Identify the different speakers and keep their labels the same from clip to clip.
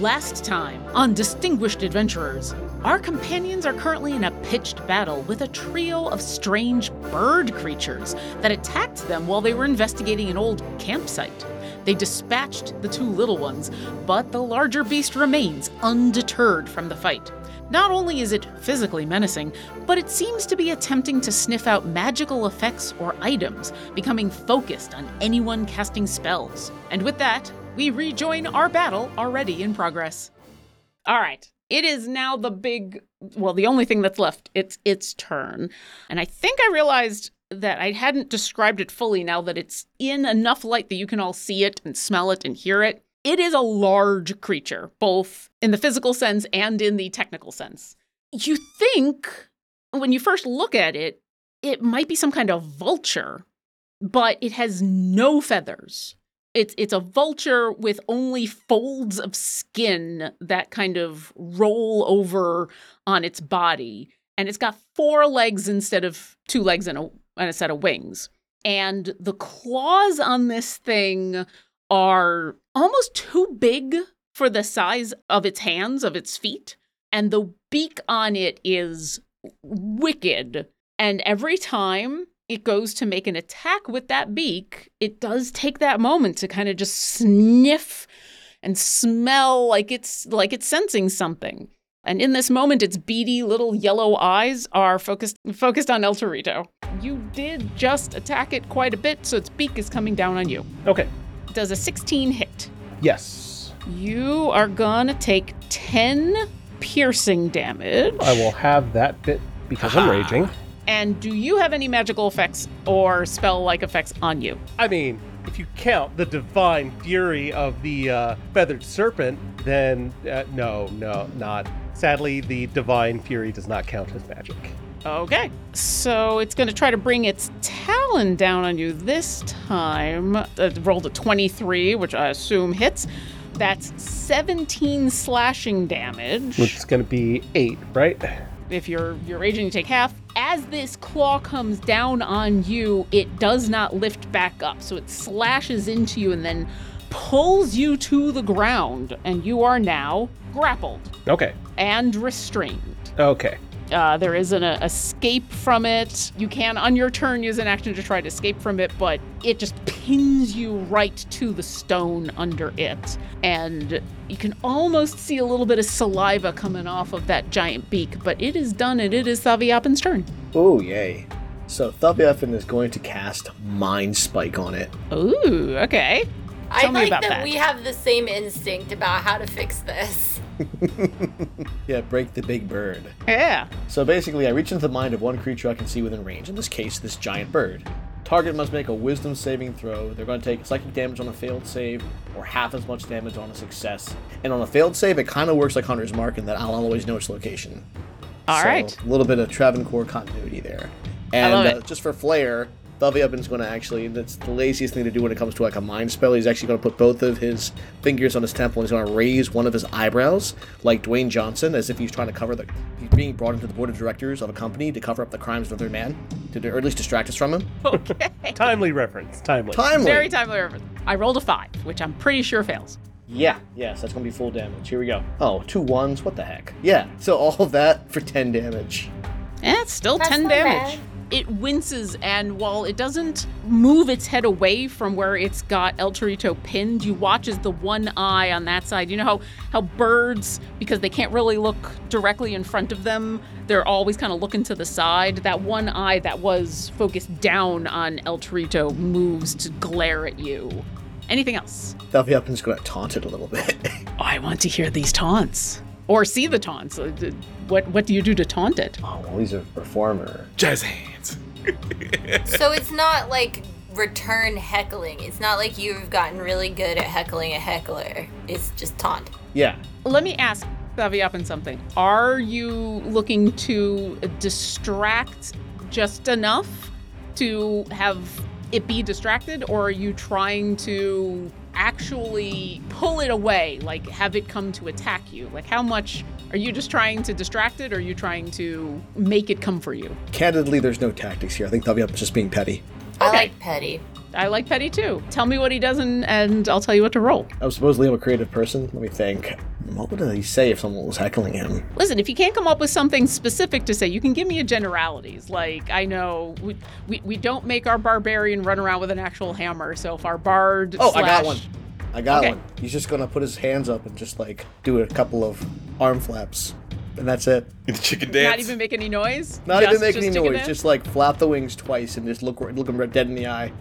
Speaker 1: Last time on Distinguished Adventurers, our companions are currently in a pitched battle with a trio of strange bird creatures that attacked them while they were investigating an old campsite. They dispatched the two little ones, but the larger beast remains undeterred from the fight. Not only is it physically menacing, but it seems to be attempting to sniff out magical effects or items, becoming focused on anyone casting spells. And with that, we rejoin our battle already in progress. All right. It is now the big well, the only thing that's left. It's its turn. And I think I realized that I hadn't described it fully now that it's in enough light that you can all see it and smell it and hear it. It is a large creature, both in the physical sense and in the technical sense. You think when you first look at it, it might be some kind of vulture, but it has no feathers it's it's a vulture with only folds of skin that kind of roll over on its body and it's got four legs instead of two legs and a and a set of wings and the claws on this thing are almost too big for the size of its hands of its feet and the beak on it is wicked and every time it goes to make an attack with that beak, it does take that moment to kind of just sniff and smell like it's like it's sensing something. And in this moment, its beady little yellow eyes are focused focused on El Torito. You did just attack it quite a bit, so its beak is coming down on you.
Speaker 2: Okay.
Speaker 1: Does a 16 hit?
Speaker 2: Yes.
Speaker 1: You are gonna take 10 piercing damage.
Speaker 2: I will have that bit because I'm raging.
Speaker 1: And do you have any magical effects or spell like effects on you?
Speaker 2: I mean, if you count the divine fury of the uh, feathered serpent, then uh, no, no, not. Sadly, the divine fury does not count as magic.
Speaker 1: Okay. So it's going to try to bring its talon down on you this time. It rolled a 23, which I assume hits. That's 17 slashing damage.
Speaker 2: It's going to be eight, right?
Speaker 1: if you're you're raging, you take half. As this claw comes down on you, it does not lift back up, so it slashes into you and then pulls you to the ground, and you are now grappled
Speaker 2: Okay.
Speaker 1: and restrained.
Speaker 2: Okay.
Speaker 1: Uh, there is an uh, escape from it. You can, on your turn, use an action to try to escape from it, but it just pins you right to the stone under it. And you can almost see a little bit of saliva coming off of that giant beak, but it is done and it is Saviapin's turn.
Speaker 3: Oh, yay. So Thelbiafen is going to cast Mind Spike on it.
Speaker 1: Ooh, okay. Tell
Speaker 4: I
Speaker 1: me
Speaker 4: like
Speaker 1: about
Speaker 4: that,
Speaker 1: that.
Speaker 4: we have the same instinct about how to fix this.
Speaker 3: Yeah, break the big bird.
Speaker 1: Yeah.
Speaker 3: So basically, I reach into the mind of one creature I can see within range, in this case, this giant bird. Target must make a wisdom saving throw. They're going to take psychic damage on a failed save, or half as much damage on a success. And on a failed save, it kind of works like Hunter's Mark in that I'll always know its location.
Speaker 1: All
Speaker 3: All right,
Speaker 1: right.
Speaker 3: A little bit of Travancore continuity there. And
Speaker 1: love
Speaker 3: Uh,
Speaker 1: it.
Speaker 3: just for flair, Thelviabin's going to actually, that's the laziest thing to do when it comes to like a mind spell. He's actually going to put both of his fingers on his temple and he's going to raise one of his eyebrows, like Dwayne Johnson, as if he's trying to cover the. He's being brought into the board of directors of a company to cover up the crimes of another man, to, or at least distract us from him.
Speaker 2: Timely reference. Timely.
Speaker 3: Timely!
Speaker 1: Oh, Very timely reference. I rolled a five, which I'm pretty sure fails.
Speaker 3: Yeah, yes, that's going to be full damage. Here we go. Oh, two ones, what the heck? Yeah, so all of that for 10 damage.
Speaker 1: Eh, it's still
Speaker 4: That's
Speaker 1: 10
Speaker 4: not
Speaker 1: damage.
Speaker 4: bad.
Speaker 1: It winces, and while it doesn't move its head away from where it's got El Torito pinned, you watch as the one eye on that side. You know how, how birds, because they can't really look directly in front of them, they're always kind of looking to the side. That one eye that was focused down on El Torito moves to glare at you. Anything else?
Speaker 3: Thelviabin's going to taunt it a little bit.
Speaker 1: Oh, I want to hear these taunts. Or see the taunts. Uh, d- What, what do you do to taunt it?
Speaker 3: oh, well, he's a performer.
Speaker 5: Jazz hands.
Speaker 4: so it's not like return heckling. It's not like you've gotten really good at heckling a heckler. It's just taunt.
Speaker 3: Yeah,
Speaker 1: Let me ask Saviapin something. Are you looking to distract just enough to have it be distracted, or are you trying to actually pull it away, like have it come to attack you? Like, how much are you just trying to distract it, or are you trying to make it come for you?
Speaker 3: Candidly, there's no tactics here. I think Thaviop's just being petty.
Speaker 4: I
Speaker 1: Okay.
Speaker 4: like petty.
Speaker 1: I like Petty too. Tell me what he does, and, and I'll tell you what to roll.
Speaker 3: I'm supposedly I'm a creative person. Let me think. What would he say if someone was heckling him?
Speaker 1: Listen, if you can't come up with something specific to say, you can give me a generalities. Like, I know we, we, we don't make our barbarian run around with an actual hammer. So if our bard.
Speaker 3: Oh, I got
Speaker 1: slash-
Speaker 3: one. I got
Speaker 1: Okay.
Speaker 3: one. He's just gonna put his hands up and just like do a couple of arm flaps, and that's it.
Speaker 5: The chicken
Speaker 1: Not
Speaker 5: dance.
Speaker 1: even make any noise.
Speaker 3: Not
Speaker 1: Just-
Speaker 3: even make any
Speaker 1: just chicken
Speaker 3: noise.
Speaker 1: dance?
Speaker 3: Just like flap the wings twice and just look look him right dead in the eye.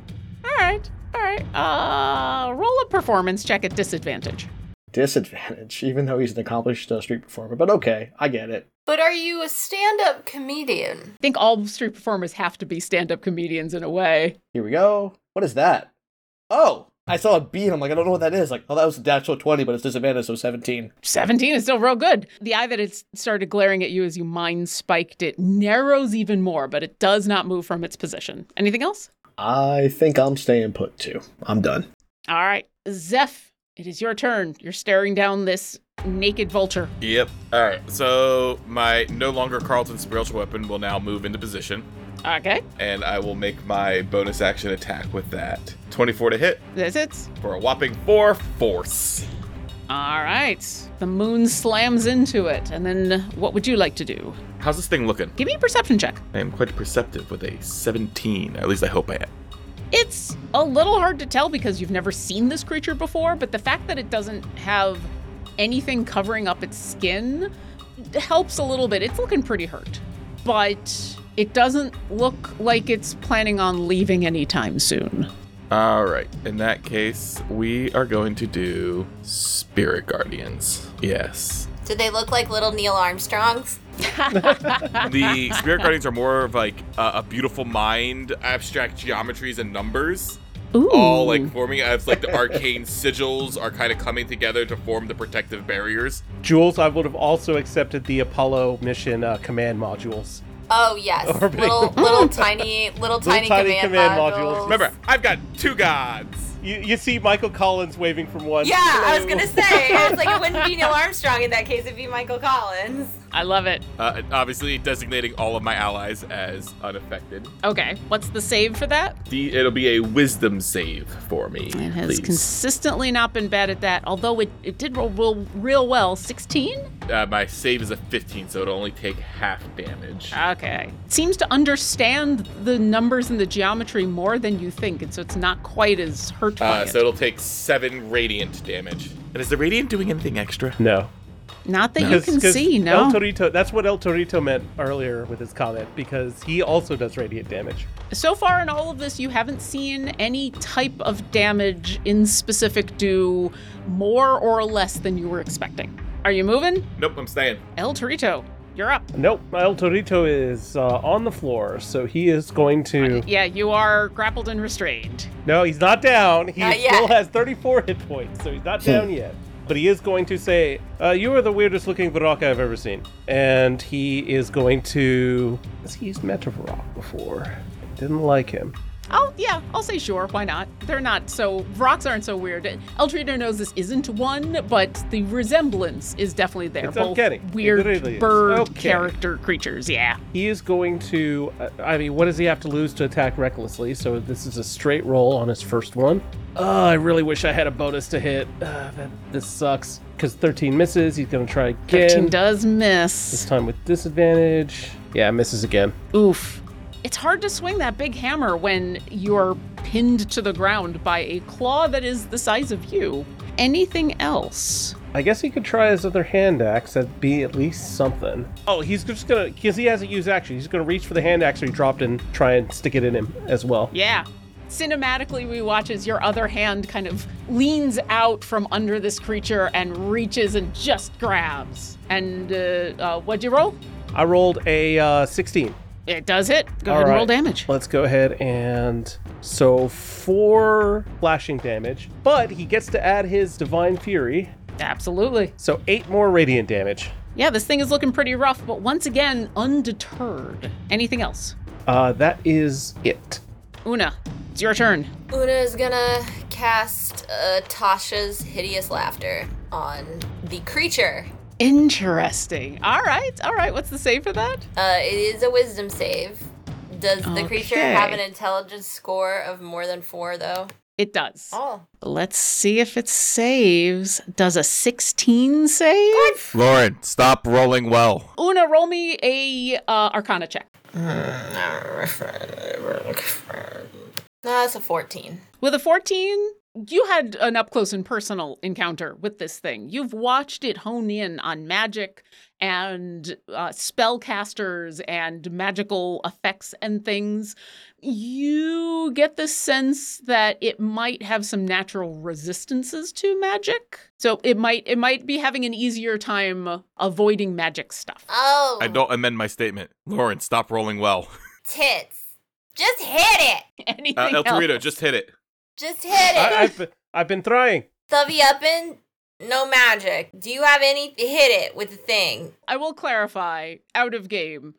Speaker 1: All right. All right. Uh, roll a performance check at disadvantage.
Speaker 3: Disadvantage, even though he's an accomplished uh, street performer. But okay, I get it.
Speaker 4: But are you a stand up comedian?
Speaker 1: I think all street performers have to be stand-up comedians in a way.
Speaker 3: Here we go. What is that? Oh, I saw a bean. I'm like, I don't know what that is. Like, oh, that was a natural 20, but it's disadvantage, so 17.
Speaker 1: 17 is still real good. The eye that it started glaring at you as you mind spiked it narrows even more, but it does not move from its position. Anything else?
Speaker 3: I think I'm staying put too. I'm done.
Speaker 1: All right. Zeph, it is your turn. You're staring down this naked vulture.
Speaker 5: Yep. All right. So my no longer Carlton spiritual weapon will now move into position,
Speaker 1: Okay.
Speaker 5: and I will make my bonus action attack with that. 24 to hit
Speaker 1: That's it.
Speaker 5: for a whopping four force.
Speaker 1: All right. The moon slams into it. And then what would you like to do?
Speaker 5: How's this thing looking?
Speaker 1: Give me a perception check.
Speaker 5: I am quite perceptive with a 17. At least I hope I am.
Speaker 1: It's a little hard to tell because you've never seen this creature before, but the fact that it doesn't have anything covering up its skin helps a little bit. It's looking pretty hurt, but it doesn't look like it's planning on leaving anytime soon.
Speaker 5: All right. In that case, we are going to do Spirit Guardians. Yes.
Speaker 4: Do they look like little Neil Armstrongs?
Speaker 5: the Spirit Guardians are more of like a, a beautiful mind, abstract geometries and numbers,
Speaker 1: Ooh.
Speaker 5: all like forming as like the arcane sigils are kind of coming together to form the protective barriers.
Speaker 2: Jules, I would have also accepted the Apollo mission uh, command modules.
Speaker 4: Oh yes,
Speaker 2: Orbiting.
Speaker 4: little little tiny little tiny,
Speaker 2: tiny
Speaker 4: command,
Speaker 2: command
Speaker 4: modules.
Speaker 2: modules.
Speaker 5: Remember, I've got two gods.
Speaker 2: You, you see Michael Collins waving from one.
Speaker 4: Yeah, I was
Speaker 2: Hello.
Speaker 4: gonna say it's like it wouldn't be Neil Armstrong in that case; it'd be Michael Collins.
Speaker 1: I love it.
Speaker 5: Uh, and obviously, designating all of my allies as unaffected.
Speaker 1: Okay, what's the save for that?
Speaker 5: The, it'll be a Wisdom save for me.
Speaker 1: It has
Speaker 5: please.
Speaker 1: consistently not been bad at that, although it, it did roll real, real well. 16?
Speaker 5: uh, my save is a 15, so it'll only take half damage.
Speaker 1: Ah, Okay. Seems to understand the numbers and the geometry more than you think, and so it's not quite as hurt by
Speaker 5: Uh,
Speaker 1: it.
Speaker 5: so it'll take seven radiant damage. And is the radiant doing anything extra?
Speaker 2: No.
Speaker 1: Not that you can see,
Speaker 2: El
Speaker 1: no.
Speaker 2: Torito, that's what El Torito meant earlier with his comment because he also does radiant damage.
Speaker 1: So far in all of this, you haven't seen any type of damage in specific do more or less than you were expecting. Are you moving?
Speaker 5: Nope, I'm staying.
Speaker 1: El Torito, you're up.
Speaker 2: Nope, El Torito is uh, on the floor, so he is going to.
Speaker 1: Yeah, you are grappled and restrained.
Speaker 2: No, he's not down. He
Speaker 4: Not
Speaker 2: still
Speaker 4: yet.
Speaker 2: has 34 hit points, so he's not
Speaker 1: Hmm.
Speaker 2: down yet. But he is going to say, uh, "You are the weirdest looking Varaka I've ever seen," and he is going to. Has he used Meta Varrock before? Didn't like him.
Speaker 1: Oh, yeah, I'll say sure. Why not? They're not so, rocks aren't so weird. El Torito knows this isn't one, but the resemblance is definitely there.
Speaker 2: It's
Speaker 1: Both
Speaker 2: uncanny. It
Speaker 1: weird
Speaker 2: really is.
Speaker 1: bird
Speaker 2: Okay.
Speaker 1: character creatures, yeah.
Speaker 2: He is going to. uh, I mean, what does he have to lose to attack recklessly? So this is a straight roll on his first one. Uh, I really wish I had a bonus to hit. Uh, that, this sucks. Because 13 misses. He's going to try again.
Speaker 1: 13 does
Speaker 2: This
Speaker 1: miss.
Speaker 2: time with disadvantage. Yeah, misses again.
Speaker 1: Oof. It's hard to swing that big hammer when you're pinned to the ground by a claw that is the size of you. Anything else?
Speaker 2: I guess he could try his other hand axe. That'd be at least something. Oh, he's just going to. Because he hasn't used action. He's going to reach for the hand axe that he dropped and try and stick it in him as well.
Speaker 1: Yeah. Cinematically, we watch as your other hand kind of leans out from under this creature and reaches and just grabs. And uh, uh, what'd you roll?
Speaker 2: I rolled a uh, 16.
Speaker 1: It does hit. Go
Speaker 2: All
Speaker 1: ahead and roll
Speaker 2: right.
Speaker 1: damage.
Speaker 2: Let's go ahead and so four flashing damage, but he gets to add his divine fury,
Speaker 1: Absolutely.
Speaker 2: so eight more radiant damage.
Speaker 1: Yeah, this thing is looking pretty rough, but once again, undeterred. Anything else?
Speaker 2: Uh, that is it.
Speaker 1: Una, it's your turn.
Speaker 4: Una is gonna cast uh, Tasha's hideous laughter on the creature.
Speaker 1: Interesting. All right, all right. What's the save for that?
Speaker 4: Uh, it is a wisdom save. Does the creature
Speaker 1: Okay.
Speaker 4: have an intelligence score of more than four, though?
Speaker 1: It does.
Speaker 4: Oh.
Speaker 1: Let's see if it saves. Does a 16 save?
Speaker 5: Lauren, stop rolling well.
Speaker 1: Una, roll me a uh, Arcana check.
Speaker 4: No, that's a 14.
Speaker 1: With a 14, you had an up close and personal encounter with this thing. You've watched it hone in on magic and uh, spellcasters and magical effects and things. You get the sense that it might have some natural resistances to magic. So it might it might be having an easier time avoiding magic stuff.
Speaker 4: Oh.
Speaker 5: I don't amend my statement. Lauren, stop rolling well.
Speaker 4: Tits. Just hit it.
Speaker 1: Anything
Speaker 5: Uh, El
Speaker 1: else?
Speaker 5: Torito, just hit it.
Speaker 4: Just hit
Speaker 2: I,
Speaker 4: it.
Speaker 2: I've, been- I've been trying.
Speaker 4: Thubby up in. No magic. Do you have any? Hit it with the thing.
Speaker 1: I will clarify out of game.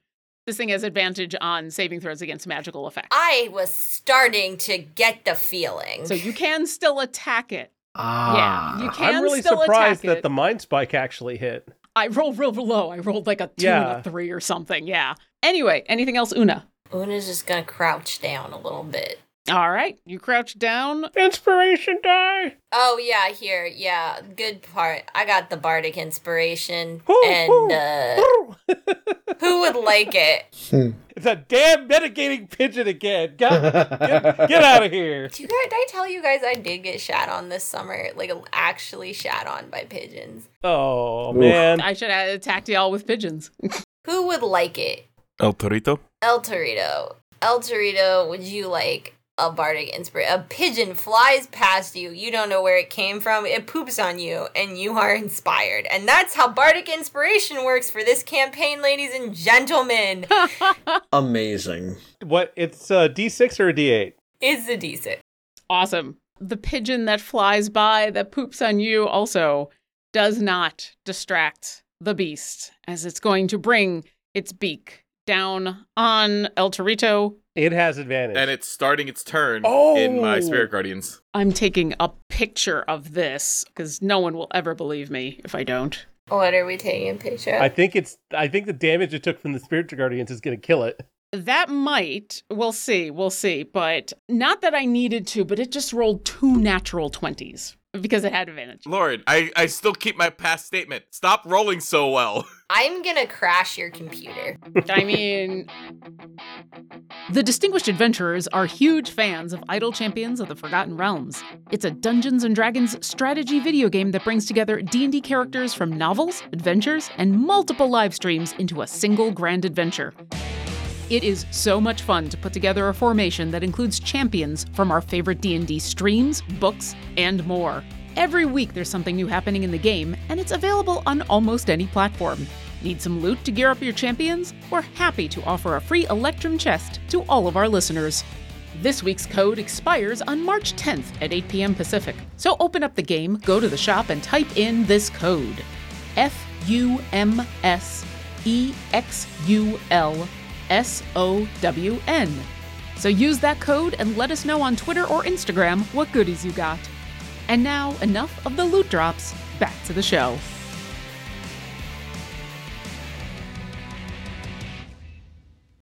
Speaker 1: This thing has advantage on saving throws against magical effects.
Speaker 2: Ah.
Speaker 4: I was starting to get the feeling.
Speaker 1: So you can still attack it.
Speaker 3: Ah.
Speaker 1: yeah, you can
Speaker 2: I'm really
Speaker 1: still
Speaker 2: surprised
Speaker 1: attack
Speaker 2: that
Speaker 1: it.
Speaker 2: the mind spike actually hit.
Speaker 1: I rolled real low. I rolled like a two and
Speaker 2: Yeah.
Speaker 1: a three or something. Yeah. Anyway, anything else, Una?
Speaker 4: Una's just gonna crouch down a little bit.
Speaker 1: All right, you crouch down.
Speaker 2: Inspiration die.
Speaker 4: Oh yeah, here, yeah, good part. I got the bardic inspiration,
Speaker 2: Woo, woo,
Speaker 4: and uh,
Speaker 2: woo.
Speaker 4: who would like it?
Speaker 2: it's a damn mitigating pigeon again. God, get, get out of here.
Speaker 4: Do you guys? Did I tell you guys I did get shat on this summer? Like actually shat on by pigeons.
Speaker 2: Oh man.
Speaker 1: I should have attacked y'all with pigeons.
Speaker 4: Who would like it?
Speaker 5: El Torito?
Speaker 4: El Torito. El Torito, would you like a bardic inspiration? A pigeon flies past you. You don't know where it came from. It poops on you, and you are inspired. And that's how bardic inspiration works for this campaign, ladies and gentlemen.
Speaker 3: Amazing.
Speaker 2: What? It's a D6 or a D8?
Speaker 4: it's a decent.
Speaker 1: Awesome. The pigeon that flies by that poops on you also does not distract the beast as it's going to bring its beak down on El Torito.
Speaker 2: It has advantage.
Speaker 5: And it's starting its turn in my
Speaker 2: Oh.
Speaker 5: Spirit Guardians.
Speaker 1: I'm taking a picture of this because no one will ever believe me if I don't.
Speaker 4: What are we taking a picture of?
Speaker 2: I think it's. I think the damage it took from the spirit guardians is going to kill it.
Speaker 1: That might, we'll see, we'll see. But not that I needed to, but it just rolled two natural 20s because it had advantage.
Speaker 5: Lauren, I, I still keep my past statement. Stop rolling so well.
Speaker 4: I'm gonna crash your computer.
Speaker 1: I mean, the Distinguished Adventurers are huge fans of Idle Champions of the Forgotten Realms. It's a Dungeons and Dragons strategy video game that brings together D&D characters from novels, adventures, and multiple live streams into a single grand adventure. It is so much fun to put together a formation that includes champions from our favorite D&D streams, books, and more. Every week there's something new happening in the game, and it's available on almost any platform. Need some loot to gear up your champions? We're happy to offer a free Electrum chest to all of our listeners. This week's code expires on March 10th at 8 p.m. Pacific. So open up the game, go to the shop, and type in this code F U M S E X U L S O W N. So use that code and let us know on Twitter or Instagram what goodies you got. And now, enough of the loot drops. Back to the show.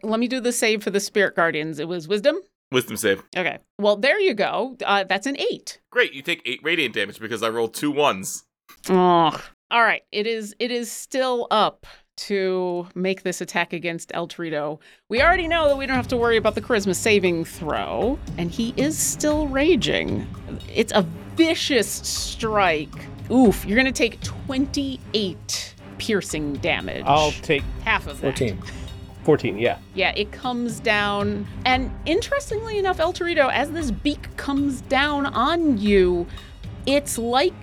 Speaker 1: Let me do the save for the Spirit Guardians. It was Wisdom?
Speaker 5: Wisdom save.
Speaker 1: Okay. Well, there you go. Uh, that's an eight.
Speaker 5: Great, you take eight radiant damage because I rolled two ones.
Speaker 1: Ugh. All right. It is. It is still up to make this attack against El Torito. We already know that we don't have to worry about the charisma saving throw, and he is still raging. It's a vicious strike. Oof. You're gonna take twenty-eight piercing damage.
Speaker 2: I'll take
Speaker 1: half of that.
Speaker 3: 14.
Speaker 2: 14. Yeah.
Speaker 1: Yeah, it comes down. And interestingly enough, El Torito, as this beak comes down on you, it's like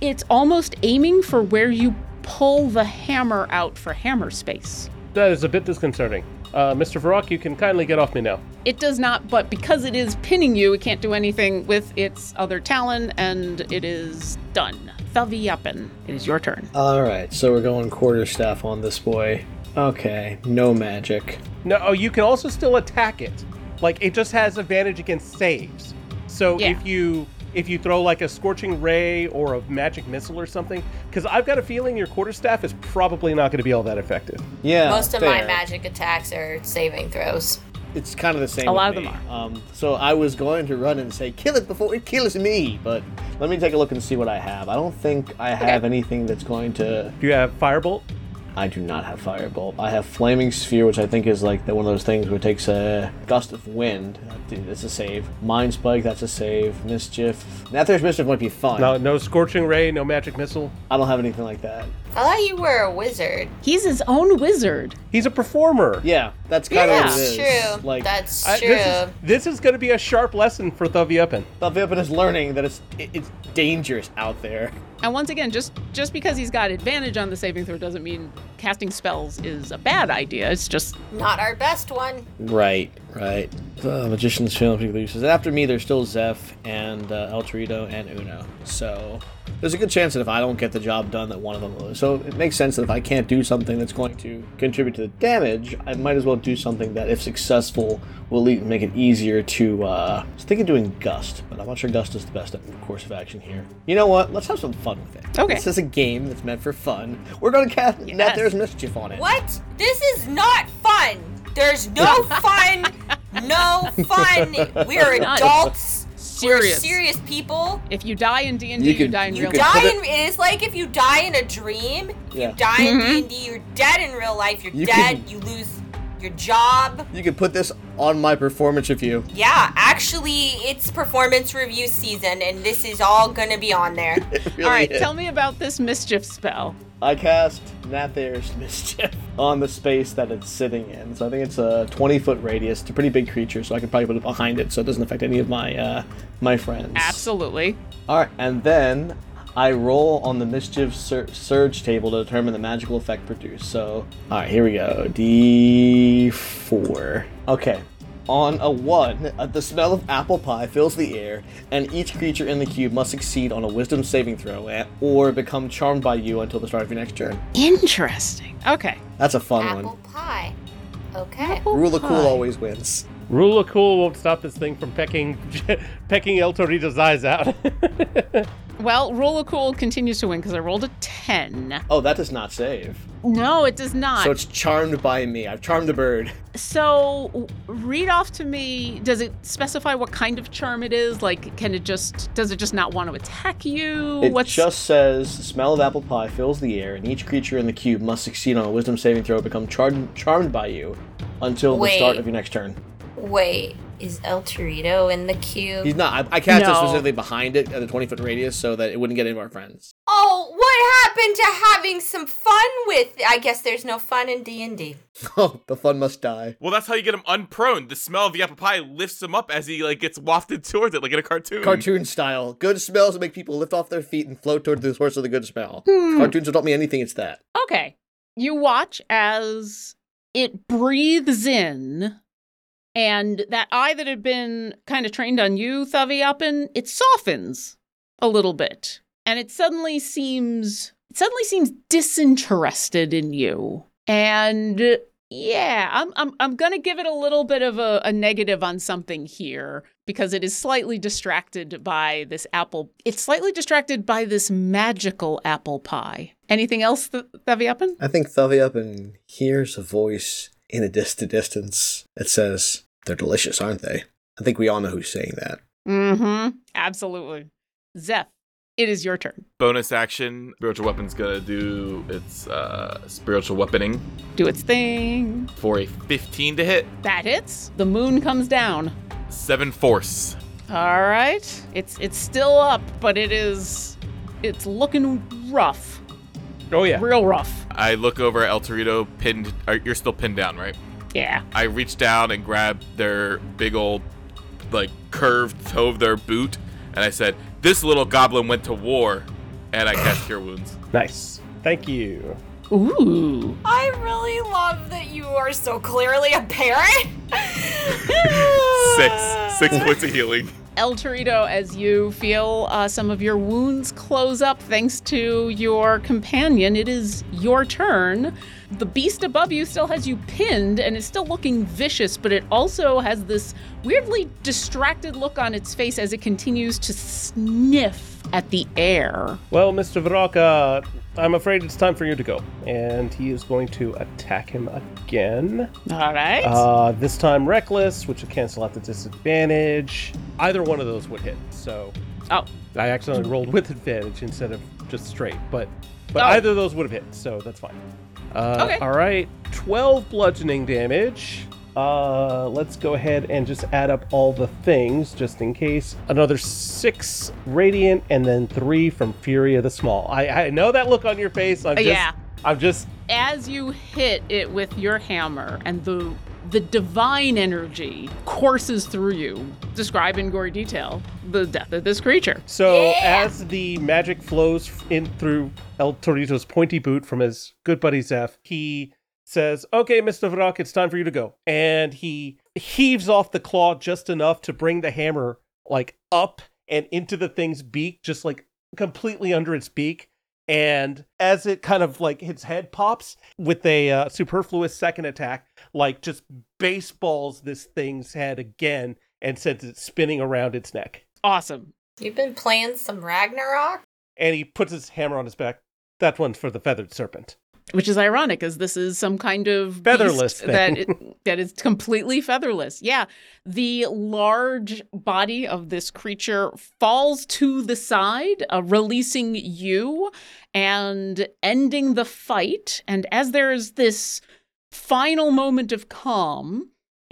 Speaker 1: it's almost aiming for where you pull the hammer out for hammer space.
Speaker 2: That is a bit disconcerting. Uh, Mr. Varrock, you can kindly get off me now.
Speaker 1: It does not, but because it is pinning you, it can't do anything with its other talon, and it is done. Thaviapan, it is your turn.
Speaker 3: All right, so we're going quarterstaff on this boy. Okay, no magic.
Speaker 2: No, oh, you can also still attack it. Like it just has advantage against saves. So
Speaker 1: Yeah.
Speaker 2: if you if you throw like a scorching ray or a magic missile or something, because I've got a feeling your quarterstaff is probably not going to be all that effective.
Speaker 3: Yeah.
Speaker 4: Most of my
Speaker 3: fair.
Speaker 4: magic attacks are saving throws.
Speaker 3: it's kind of the same.
Speaker 1: A lot
Speaker 3: with
Speaker 1: of them
Speaker 3: me. Um, so I was going to run and say, "Kill it before it kills me," but let me take a look and see what I have. I don't think I have anything that's going to.
Speaker 2: Do you have firebolt?
Speaker 3: I do not have firebolt. I have flaming sphere, which I think is like the, one of those things where it takes a gust of wind. Dude, That's a save. Mind spike. That's a save. Mischief. Now there's mischief might be fun.
Speaker 2: No, no scorching ray, no magic missile.
Speaker 3: I don't have anything like that.
Speaker 4: I thought you were a wizard.
Speaker 1: He's his own wizard.
Speaker 2: He's a performer.
Speaker 3: Yeah, that's kind
Speaker 1: Yeah.
Speaker 3: of what it
Speaker 4: That's
Speaker 3: is.
Speaker 4: true.
Speaker 3: Like
Speaker 4: That's
Speaker 2: I-
Speaker 4: true.
Speaker 2: this is, this is going to be a sharp lesson for Thuvy Uppin.
Speaker 3: Buffy Uppin is learning that it's it, it's dangerous out there.
Speaker 1: And once again, just just because he's got advantage on the saving throw doesn't mean casting spells is a bad idea. It's just
Speaker 4: Not our best one.
Speaker 3: Right, right. Uh, magician's film uses. After me, there's still Zeph and uh, El Torito and Uno. So there's a good chance that if I don't get the job done, that one of them will. So it makes sense that if I can't do something that's going to contribute to the damage, I might as well do something that, if successful, will at least make it easier to. Uh, I was thinking doing Gust, but I'm not sure Gust is the best course of action here. You know what? Let's have some fun with it.
Speaker 1: Okay.
Speaker 3: This is a game that's meant for fun. We're going to cast Net
Speaker 1: Yes.
Speaker 3: There's Mischief on it.
Speaker 4: What? This is not fun. There's no fun. No fun. We're
Speaker 1: None.
Speaker 4: adults.
Speaker 1: serious.
Speaker 4: We're serious people.
Speaker 1: If you die in D and D,
Speaker 3: You
Speaker 1: you
Speaker 3: could-
Speaker 1: die in
Speaker 3: you
Speaker 1: real
Speaker 3: could-
Speaker 1: life.
Speaker 4: Die
Speaker 3: put
Speaker 4: in, it is like if you die in a dream.
Speaker 3: Yeah.
Speaker 4: You die
Speaker 1: Mm-hmm.
Speaker 4: in D&D, you're dead in real life. You're
Speaker 3: You
Speaker 4: dead.
Speaker 3: can-
Speaker 4: You lose your job.
Speaker 3: You can put this on my performance review.
Speaker 4: Yeah, actually, it's performance review season, and this is all gonna be on there.
Speaker 1: All right, tell me about this mischief spell.
Speaker 3: I cast Nathair's Mischief on the space that it's sitting in. So I think it's a 20 foot radius. It's a pretty big creature, so I can probably put it behind it so it doesn't affect any of my uh, my friends.
Speaker 1: Absolutely.
Speaker 3: All right, and then I roll on the mischief sur- surge table to determine the magical effect produced. So, all right, here we go. D4. Okay. On a 1, uh, the smell of apple pie fills the air, and each creature in the cube must succeed on a wisdom saving throw a- or become charmed by you until the start of your next turn.
Speaker 1: Interesting. Okay.
Speaker 3: That's a fun
Speaker 4: Apple
Speaker 3: one.
Speaker 4: pie. Okay.
Speaker 3: Rule of cool
Speaker 1: Hi.
Speaker 3: always wins.
Speaker 2: Rule of cool won't stop this thing from pecking pecking El Torito's eyes out.
Speaker 1: Well, roll a cool continues to win because I rolled a ten.
Speaker 3: Oh, that does not save.
Speaker 1: No, it does not.
Speaker 3: So it's charmed by me. I've charmed the bird.
Speaker 1: So, w- read off to me. Does it specify what kind of charm it is? Like, can it just? Does it just not want to attack you?
Speaker 3: It
Speaker 1: What's
Speaker 3: just says smell of apple pie fills the air, and each creature in the cube must succeed on a wisdom saving throw, become charmed charmed by you until the start
Speaker 4: Wait.
Speaker 3: of your next turn.
Speaker 4: Wait, is El Torito in the cube?
Speaker 3: He's not. I, I cast it
Speaker 1: No.
Speaker 3: specifically behind it at a 20 foot radius so that it wouldn't get any of our friends.
Speaker 4: Oh, what happened to having some fun with? I guess there's no fun in D and D.
Speaker 3: Oh, the fun must die.
Speaker 5: Well, that's how you get him unprone. The smell of the apple pie lifts him up as he like gets wafted towards it, like in a cartoon.
Speaker 3: Cartoon style. Good smells make people lift off their feet and float toward the source of the good smell. Cartoons don't taught me anything, it's that.
Speaker 1: okay? You watch as it breathes in, and that eye that had been kind of trained on you, Thavi Uppin, it softens a little bit, and it suddenly seems it suddenly seems disinterested in you, and Yeah, I'm I'm I'm gonna give it a little bit of a, a negative on something here because it is slightly distracted by this apple. It's slightly distracted by this magical apple pie. Anything else that that be happen?
Speaker 3: I think Thuvy up and hears a voice in a distant distance that says, They're delicious, aren't they? I think we all know who's saying that.
Speaker 1: Mm-hmm. Absolutely. Zeph, it is your turn.
Speaker 5: Bonus action. Spiritual weapon's gonna do its uh, spiritual weaponing
Speaker 1: Do its thing.
Speaker 5: for a 15 to hit,
Speaker 1: That hits. The moon comes down.
Speaker 5: seven force.
Speaker 1: All right. It's it's still up, but it is it's looking rough.
Speaker 2: oh yeah.
Speaker 1: Real rough.
Speaker 5: I look over at El Torito, pinned. Or you're still pinned down, right?
Speaker 1: Yeah.
Speaker 5: I reach down and grab their big old, like, curved toe of their boot, and I said, This little goblin went to war, and I cast Cure Wounds.
Speaker 2: Nice. Thank you.
Speaker 1: Ooh.
Speaker 4: I really love that you are so clearly a parent.
Speaker 5: Six. Six points of healing.
Speaker 1: El Torito, as you feel uh, some of your wounds close up thanks to your companion, it is your turn. The beast above you still has you pinned and is still looking vicious, but it also has this weirdly distracted look on its face as it continues to sniff at the air.
Speaker 2: Well, Mr. Varaka, I'm afraid it's time for you to go. And he is going to attack him again.
Speaker 1: All right.
Speaker 2: Uh, this time reckless, which would cancel out the disadvantage. Either one of those would hit. So
Speaker 1: oh,
Speaker 2: I accidentally rolled with advantage instead of just straight, but but
Speaker 1: Oh.
Speaker 2: either of those would have hit, so that's fine. Uh,
Speaker 1: Okay.
Speaker 2: All right, twelve bludgeoning damage. Uh, let's go ahead and just add up all the things just in case. Another six radiant, and then three from Fury of the Small. I, I know that look on your face. I'm just,
Speaker 1: Uh, Yeah.
Speaker 2: I'm just
Speaker 1: as you hit it with your hammer and the the divine energy courses through you. Describe in gory detail the death of this creature.
Speaker 2: So as the magic flows in through El Torito's pointy boot from his good buddy Zeph, he says, "Okay, Mister Vrak, it's time for you to go." And he heaves off the claw just enough to bring the hammer like up and into the thing's beak, just like completely under its beak. And as it kind of like its head pops with a uh, superfluous second attack, like just baseballs this thing's head again and sends it spinning around its neck
Speaker 1: Awesome.
Speaker 4: You've been playing some Ragnarok?
Speaker 2: and he puts his hammer on his back. That one's for the feathered serpent.
Speaker 1: Which is ironic, as this is some kind of beast
Speaker 2: Featherless thing.
Speaker 1: that it, that is completely featherless. Yeah, the large body of this creature falls to the side, uh, releasing you and ending the fight. And as there is this final moment of calm,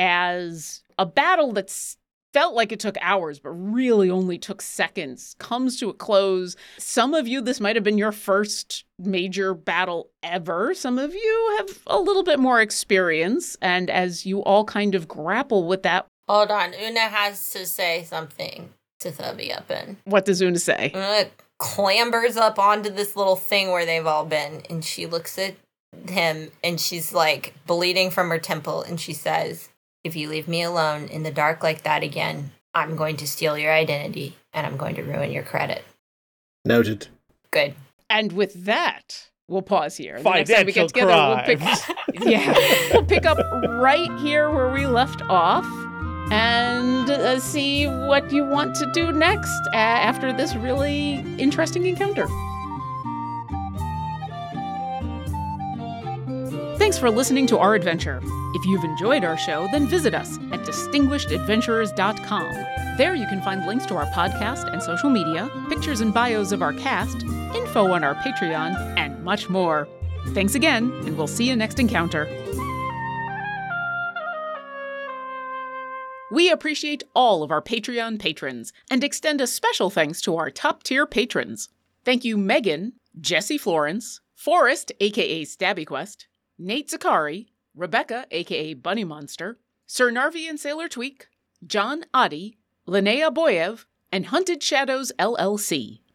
Speaker 1: as a battle that's felt like it took hours but really only took seconds comes to a close some of you this might have been your first major battle ever some of you have a little bit more experience and as you all kind of grapple with that
Speaker 4: Hold on, Una has to say something to Thubby up in.
Speaker 1: what does una say
Speaker 4: Una clambers up onto this little thing where they've all been, and she looks at him, and she's like bleeding from her temple, and she says, If you leave me alone in the dark like that again, I'm going to steal your identity, and I'm going to ruin your credit.
Speaker 3: Noted.
Speaker 4: Good.
Speaker 1: and with that we'll pause here The next time we
Speaker 2: Financial
Speaker 1: get together we'll pick
Speaker 2: crimes.
Speaker 1: yeah, we'll pick up right here where we left off and uh, see what you want to do next uh, after this really interesting encounter. Thanks for listening to our adventure. If you've enjoyed our show, then visit us at distinguishedadventurers.com. There you can find links to our podcast and social media, pictures and bios of our cast, info on our Patreon, and much more. Thanks again, and we'll see you next encounter. We appreciate all of our Patreon patrons and extend a special thanks to our top tier patrons. Thank you, Megan, Jesse Florence, Forrest, aka Stabby Quest, Nate Zakari, Rebecca, aka Bunny Monster, Sir Narvi and Sailor Tweak, John Oddy, Linnea Boyev, and Hunted Shadows LLC.